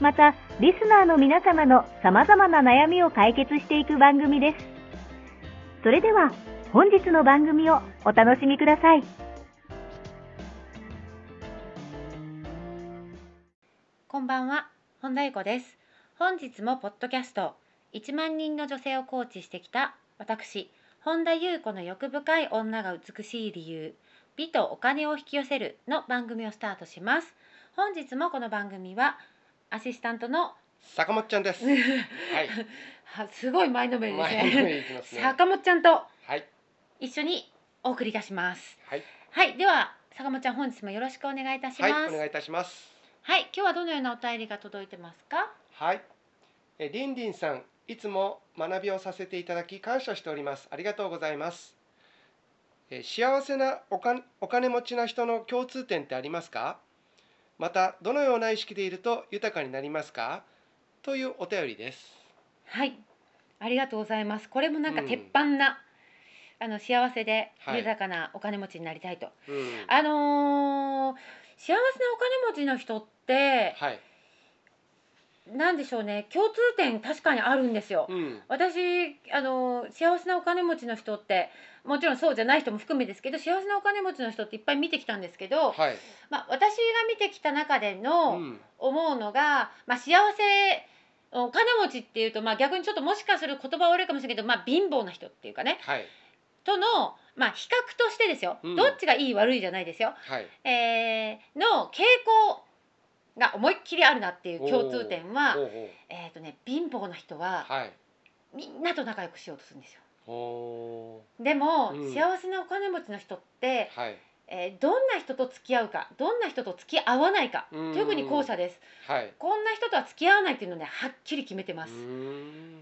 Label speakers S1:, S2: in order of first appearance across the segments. S1: また、リスナーの皆様の様々な悩みを解決していく番組です。それでは、本日の番組をお楽しみください。
S2: こんばんは、本田由子です。本日もポッドキャスト、1万人の女性をコーチしてきた私、本田由子の欲深い女が美しい理由、美とお金を引き寄せるの番組をスタートします。本日もこの番組はアシスタントの
S3: 坂本ちゃ んです。はい。
S2: あすごい前のめりです
S3: 前のめ
S2: ね。
S3: りいきますね。
S2: 坂本ちゃんと
S3: はい。
S2: 一緒にお送りいたします。
S3: はい。
S2: はい、では坂本ちゃん本日もよろしくお願いいたします。
S3: はい、お
S2: は
S3: 願い
S2: い、
S3: いたします。
S2: 今日はどのようなお便りが届いてますか。
S3: はい。え、りんりんさん、いつも学びをさせていただき感謝しております。ありがとうございます。え、幸せなおかお金持ちな人の共通点ってありますか？またどのような意識でいると豊かになりますか？というお便りです。
S2: はい、ありがとうございます。これもなんか
S3: うん
S2: 鉄板な、あの幸せで
S3: はい
S2: 豊かなお金持ちになりたいと。
S3: うん。
S2: あのー幸せなお金持ちの人って
S3: はい。
S2: なんでしょうね。共通点確かにあるんですよ。
S3: うん。
S2: 私あのー幸せなお金持ちの人ってもちろんそうじゃない人も含めですけど幸せなお金持ちの人っていっぱい見てきたんですけど、
S3: はい。
S2: まあ、私が見てきた中で
S3: う
S2: の、
S3: ん。
S2: 思うのが、まあ、幸せお金持ちっていうと、まあ、逆にちょっともしかすると言葉悪いかもしれないけど、まあ、貧乏な人っていうかね
S3: はい。
S2: との、まあ、比較としてですよ、
S3: うん
S2: どっちがいい悪いじゃないですよ、
S3: はい。
S2: えーの傾向が思いっきりあるなっていう共通点は
S3: ほ、うほう。
S2: えーとね、貧乏な人は
S3: はい。
S2: みんなと仲良くしようとするんですよ。
S3: ほ
S2: でも、
S3: うん
S2: 幸せなお金持ちの人って、
S3: う。はい。
S2: えーどんな人と付き合うかどんな人と付き合わないか
S3: うん
S2: 特に後者です
S3: はい。
S2: こんな人とは付き合わないっていうのをねはっきり決めてます
S3: うー。ん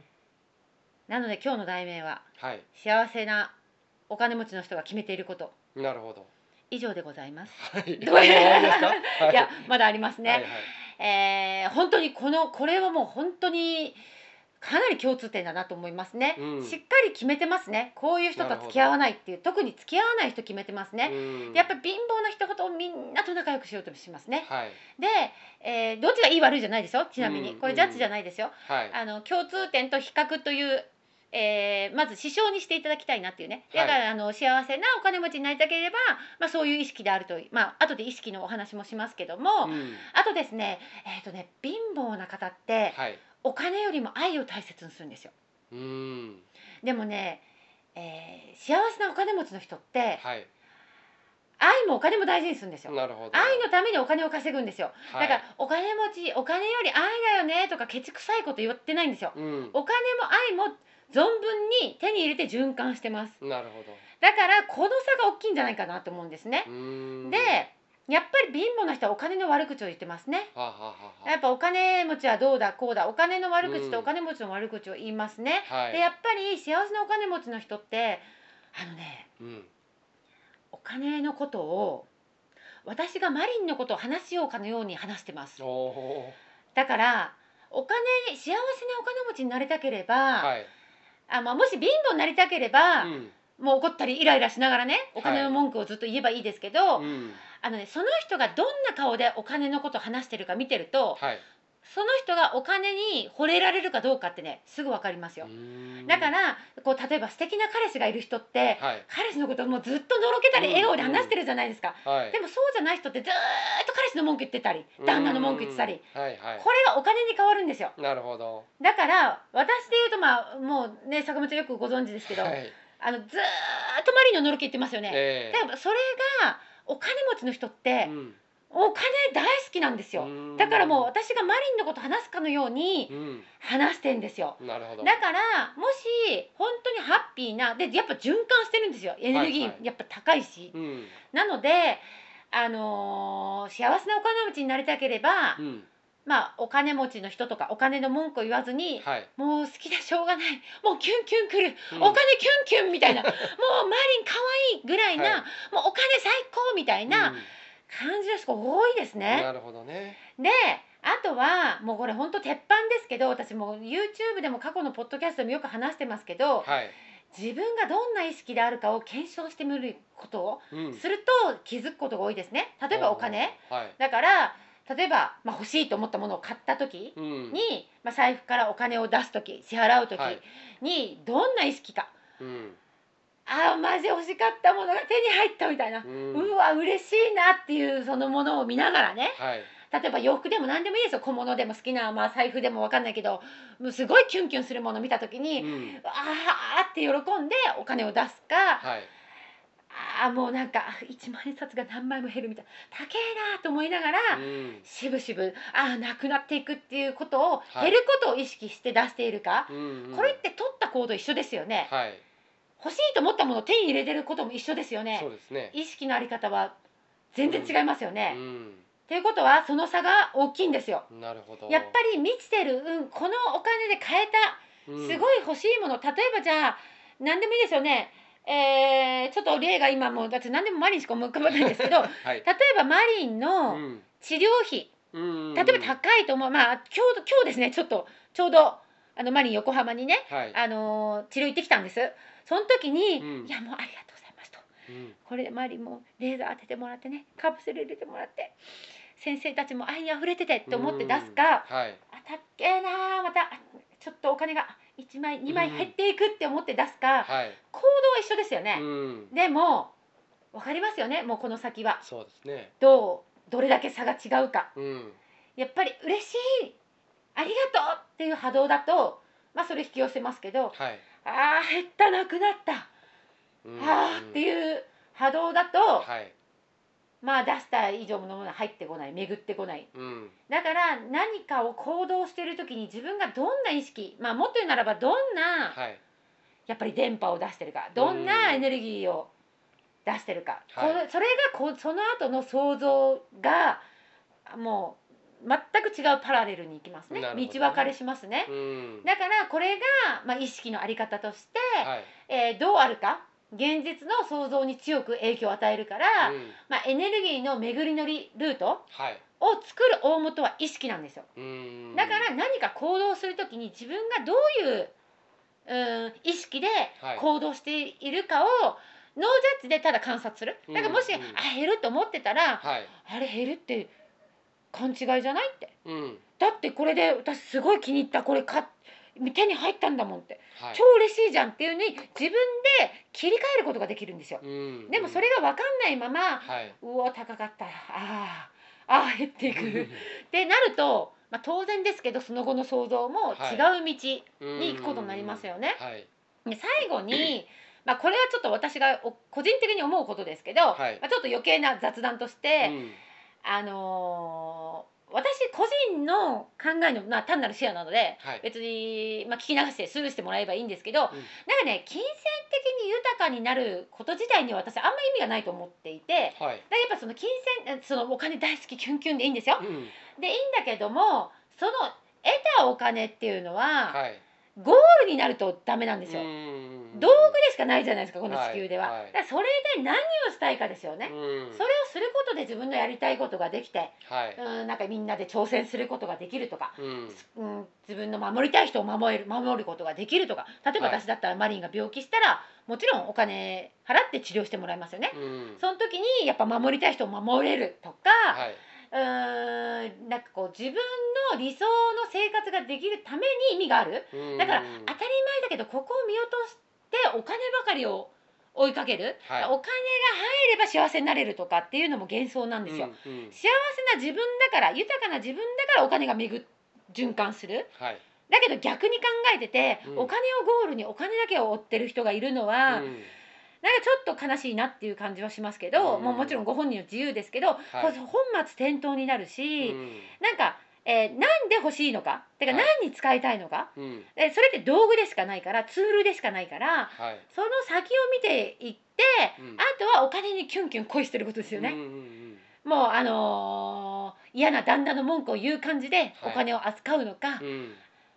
S2: なので今日の題名は
S3: はい、
S2: 幸せなお金持ちの人が決めていること
S3: なるほど。
S2: 以上でござい ます。
S3: はい。
S2: どういう、
S3: 終わりですか。はい
S2: やまだあります
S3: はい
S2: ね。えー本当にこのこれはもう本当にかなり共通点だなと思いますね。
S3: うん
S2: しっかり決めてますね。こういう人とは付き合わないっていう特に付き合わない人決めてます
S3: はい。
S2: ね。
S3: うん
S2: でやっぱり貧乏な人ほどみんなと仲良くしようとしますね。
S3: はい
S2: で、えーどっちがいい悪いじゃないですよ。ちなみ
S3: う
S2: に
S3: ん
S2: これジャッジじゃないですよ。
S3: はい
S2: あの共通点と比較という、えーまず指標にしていただきたいなっていうねだから、あの幸せなお金持ちになりたければ、まあ、そういう意識であるとまあ後で意識のお話もしますけども、
S3: うん
S2: あとですねえっ、とね貧乏な方って
S3: はい。
S2: お金よりも愛を大切にするんですよ。
S3: うん
S2: でもね、えー幸せなお金持ちの人って
S3: はい。
S2: 愛もお金も大事にするんですよ。
S3: なるほど。
S2: 愛のためにお金を稼ぐんですよ、
S3: は
S2: だ
S3: い
S2: からお金持ちお金より愛だよねとかケチくさいこと言ってないんですよ
S3: うん
S2: お金も愛も存分に手に入れて循環してます
S3: なるほど。
S2: だからこの差が大きいんじゃないかなと思うんですね
S3: う、ーん
S2: でやっぱり貧乏な人はお金の悪口を言ってますね
S3: はあはあ
S2: やっぱお金持ちはどうだこうだお金の悪口
S3: う
S2: と
S3: ん
S2: お金持ちの悪口を言いますね、
S3: はあはい。
S2: でやっぱり幸せなお金持ちの人ってあのね
S3: うん
S2: お金のことを私がマリンのことを話しようかのように話してます
S3: おお
S2: だからお金に幸せなお金持ちになりたければ、
S3: ーはい。
S2: あまあ、もし貧乏になりたければ、
S3: うん
S2: もう怒ったりイライラしながらねお金
S3: は
S2: の
S3: い
S2: 文句をずっと言えばいいですけど、
S3: うん
S2: あのね、その人がどんな顔でお金のことを話してるか見てると
S3: はい。、
S2: その人がお金に惚れられるかどうかってねすぐ分かりますよ、だかららこう例えば素敵な彼氏がいる人って、
S3: はい
S2: 彼氏のこともうずっとのろけたり
S3: うん
S2: 笑顔で話してるじゃないですか、
S3: はい、
S2: でもそうじゃない人ってずーっと彼氏の文句言ってたり
S3: うん
S2: 旦那の文句言ってたり、
S3: はいはい、
S2: これがお金に変わるんですよ
S3: なるほど、
S2: だから私で言うとまあもうね坂本さんよくご存知ですけど、
S3: はい
S2: あのずーっとマリーののろけ言ってますよね、
S3: え
S2: でもそれがお金持ちの人って
S3: え、うん
S2: お金大好きなんですよ、
S3: うん
S2: だからもう私がマリンのこと話すかのように
S3: うん、
S2: 話してんですよ
S3: なるほど
S2: だからもし本当にハッピーなでやっぱ循環してるんですよエネルギ
S3: はいは
S2: ー
S3: い
S2: やっぱ高いし、
S3: うん
S2: なのであのー幸せなお金持ちになりたければ、
S3: うん
S2: まあお金持ちの人とかお金の文句を言わずに、
S3: はい、
S2: もう好きだしょうがないもうキュンキュンくる、
S3: うん
S2: お金キュンキュンみ たいなもうマリン可愛いぐらいな、
S3: はい
S2: もうお金最高みたいな
S3: うん
S2: 感じの人が多いですね。
S3: なるほどね
S2: であとはもうこれ本当鉄板ですけど私もう YouTube でも過去のポッドキャストでもよく話してますけど、
S3: はい、
S2: 自分がどんな意識であるかを検証してみることを
S3: うん、
S2: すると気づくことが多いですね例えばお金
S3: はい、
S2: だから例えば、まあ、欲しいと思ったものを買った時
S3: うん
S2: に、まあ、財布からお金を出す時支払う時
S3: はい
S2: にどんな意識か、
S3: うん
S2: ああマジ欲しかったものが手に入ったみたいな
S3: う、
S2: うんわ嬉しいなっていうそのものを見ながらね
S3: はい
S2: 例えば洋服でも何でもいいですよ小物でも好きな、まあ、財布でも分かんないけどもうすごいキュンキュンするもの見た時に、
S3: うん
S2: あーって喜んでお金を出すか、
S3: はい
S2: あーもうなんか1万円札が何枚も減るみたいな高えなと思いながら、
S3: うん
S2: しぶしぶあーなくなっていくっていうことを、
S3: はい
S2: 減ることを意識して出しているか、
S3: うんうん
S2: これって取った行動一緒ですよね、
S3: はい
S2: 欲しいと思ったものを手に入れてることも一緒ですよね
S3: そうですね
S2: 意識のあり方は全然違いますよね、っ
S3: う
S2: ていうことはその差が大きいんですよ
S3: んなるほど
S2: やっぱり満ちてる、うん、このお金で買えた
S3: り
S2: すごい欲しいもの、例えばじゃあ何でもいいですよね、えーちょっと例が今もうだって何でもマリンしか思い浮かばないんですけ ど例え
S3: はい
S2: ばマリンの
S3: うん
S2: 治療費、
S3: うん
S2: 例えば高いと思うまあ今日今日ですねちょっとちょうどあのマリン横浜にね、
S3: はい
S2: あのー治療行ってきたんですその時に、
S3: うん
S2: いやもうありがとうございますと
S3: うん
S2: これでマリンもレーザー当ててもらってねカプセル入れてもらって先生たちも愛にあふれててって思って出すか、
S3: うんはい
S2: あたっけえなーまたあちょっとお金が1枚2枚減っていくって思って出すか、
S3: はい
S2: 行動は一緒ですよね、
S3: うん
S2: でも分かりますよねもうこの先は
S3: そうですね
S2: どうどれだけ差が違うか
S3: うん
S2: やっぱり嬉しいありがとうっていう波動だとまあそれ引き寄せますけど
S3: はい
S2: あー減ったなくなった、
S3: うん
S2: あーって
S3: う
S2: いう波動だと、
S3: んはい
S2: まあ出した以上のものは入ってこない巡ってこない
S3: うん
S2: だから何かを行動してる時に自分がどんな意識まあもっと言うならばどんな
S3: はい
S2: やっぱり電波を出してるかどんなエネルギーを出してるか、
S3: はい
S2: このそれがこうその後の想像がもう全く違うパラレルに行きますね
S3: なるほどね
S2: 道分かれしますね、
S3: うん
S2: だからこれが、まあ、意識のあり方として、
S3: はい
S2: えーどうあるか現実の想像に強く影響を与えるから、
S3: うん
S2: まあ、エネルギーの巡りのりルート
S3: はい
S2: を作る大元は意識なんですよ
S3: うん
S2: だから何か行動するときに自分がどういううん意識で
S3: はい
S2: 行動しているかをノージャッジでただ観察する
S3: うん
S2: だからもし、
S3: うん
S2: あ減ると思ってたら
S3: はい
S2: あれ減るって勘違いじゃないって
S3: うん
S2: だってこれで私すごい気に入ったこれ買っ手に入ったんだもんって
S3: はい
S2: 超嬉しいじゃんっていうのに自分で切り替えることができるんですよ
S3: うん
S2: でもそれが分かんないまま
S3: は いう
S2: お高かったあーあー減っていくってなると、まあ、当然ですけどその後の想像も違う道に行くことになりますよね。
S3: はい
S2: で最後に、まあ、これはちょっと私がお個人的に思うことですけど、
S3: はい
S2: まあ、ちょっと余計な雑談とし
S3: う
S2: て、
S3: ん
S2: あのー私個人の考えの、まあ、単なるシェアなので
S3: はい
S2: 別に、まあ、聞き流してスルーしてもらえばいいんですけど、
S3: うん
S2: なんかね金銭的に豊かになること自体には私あんま意味がないと思っていて。
S3: はい
S2: だからやっぱその金銭えそのお金大好きキュンキュンでいいんですよ
S3: うん
S2: でいいんだけどもその得たお金っていうのは
S3: はい
S2: ゴールになるとダメなんですよ、
S3: うん
S2: 道具でしかないじゃないですかこの地球では、
S3: はいはい
S2: だからそれで何をしたいかですよね、
S3: うん
S2: それをすることで自分のやりたいことができて、
S3: はい
S2: うん、なんかみんなで挑戦することができるとか、
S3: うん
S2: うん、自分の守りたい人を守る守ることができるとか例えば
S3: はい
S2: 私だったらマリンが病気したらもちろんお金払って治療してもらいますよね、
S3: うん
S2: その時にやっぱ守りたい人を守れるとか、
S3: はい
S2: うーんなんかこう自分の理想の生活ができるために意味がある
S3: うん
S2: だから当たり前だけどここを見落としてお金ばかりを追いかける、
S3: はい
S2: お金が入れば幸せになれるとかっていうのも幻想なんですよ、
S3: うんうん
S2: 幸せな自分だから豊かな自分だからお金が巡っ循環する
S3: はい
S2: だけど逆に考えてて、
S3: うん
S2: お金をゴールにお金だけを追ってる人がいるのは、
S3: うん
S2: なんかちょっと悲しいなっていう感じはしますけど、
S3: うん
S2: もうもちろんご本人の自由ですけど、
S3: はい
S2: これ本末転倒になるし、
S3: うん
S2: なんか、えーなんで欲しいのかてか
S3: はい
S2: 何に使いたいのか、
S3: うん
S2: えそれって道具でしかないからツールでしかないから
S3: はい
S2: その先を見ていって
S3: うん
S2: あとはお金にキュンキュン恋してることですよ
S3: うん
S2: ね、
S3: うんうん
S2: もうあのー嫌な旦那の文句を言う感じで
S3: は
S2: お
S3: い
S2: 金を扱うのか、
S3: うん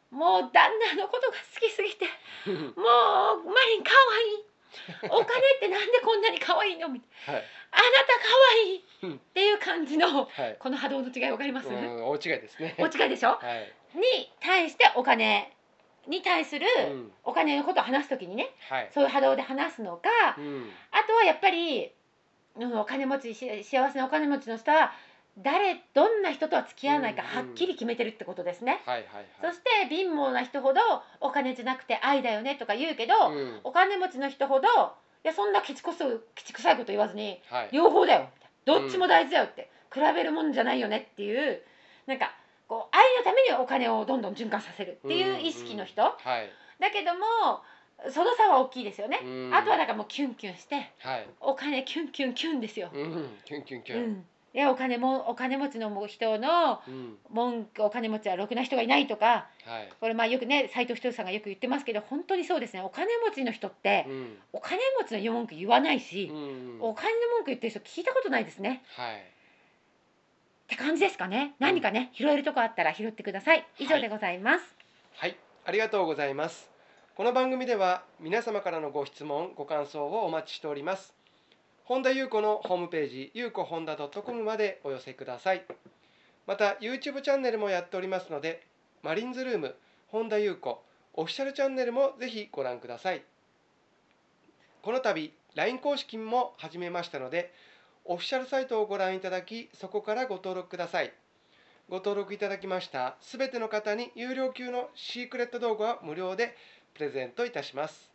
S2: もう旦那のことが好きすぎて
S3: うん
S2: もうマリンかわいい お金ってなんでこんなに可愛いのみたい
S3: はい
S2: なあなた可愛
S3: うん
S2: いっていう感じの
S3: はい
S2: この波動の違いわかります、
S3: うん大違いですね
S2: お違いでしょ
S3: はい
S2: に対してお金に対する
S3: うん
S2: お金のことを話すときにね
S3: はい
S2: そういう波動で話すのか
S3: うん
S2: あとはやっぱり、うん、お金持ちし幸せなお金持ちの人は誰どんな人とは付き合わないか
S3: うん
S2: は
S3: う
S2: っ
S3: ん
S2: きり決めてるってことですね。
S3: はいはい
S2: そ
S3: はい
S2: して貧乏な人ほどお金じゃなくて愛だよねとか言うけど、
S3: うん
S2: お金持ちの人ほどいやそんなケチこそケチくさいこと言わずに
S3: はい
S2: 両方だよどっちも大事だよって、比べるもんじゃないよねっていうなんかこう愛のためにお金をどんどん循環させるっていう意識の人、
S3: うんうんはい
S2: だけどもその差は大きいですよね、
S3: うん
S2: あとはなんかもうキュンキュンして
S3: はい
S2: お金キュンキュンキュンですよ、
S3: うんキュンキュンキ
S2: う
S3: ュン
S2: んでお金もお金持ちの人の
S3: うん
S2: 文句お金持ちはろくな人がいないとか
S3: はい
S2: これまあよくね斎藤ひとりさんがよく言ってますけど本当にそうですねお金持ちの人って、
S3: うん
S2: お金持ちの文句言わないし、
S3: うん
S2: お金の文句言ってる人聞いたことないですね
S3: はい
S2: って感じですかね何かね、拾えるとこあったら拾ってください以上でございます、
S3: はい、ありがとうございます。この番組では皆様からのご質問、ご感想をお待ちしております。本田裕子のホームページ、ゆうこ本田 .com までお寄せください。また、YouTube チャンネルもやっておりますので、マリンズルーム、本田裕子、オフィシャルチャンネルもぜひご覧ください。この度、LINE 公式も始めましたので、オフィシャルサイトをご覧いただき、そこからご登録ください。ご登録いただきましたすべての方に有料級のシークレット動画は無料でプレゼントいたします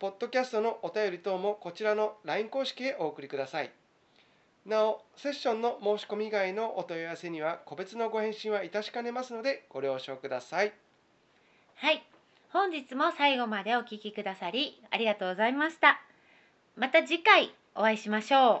S3: ポッドキャストのお便り等もこちらの LINE 公式へお送りくださいなおセッションの申し込み以外のお問い合わせには個別のご返信はいたしかねますのでご了承ください
S2: はい本日も最後までお聞きくださりありがとうございましたまた次回お会いしましょう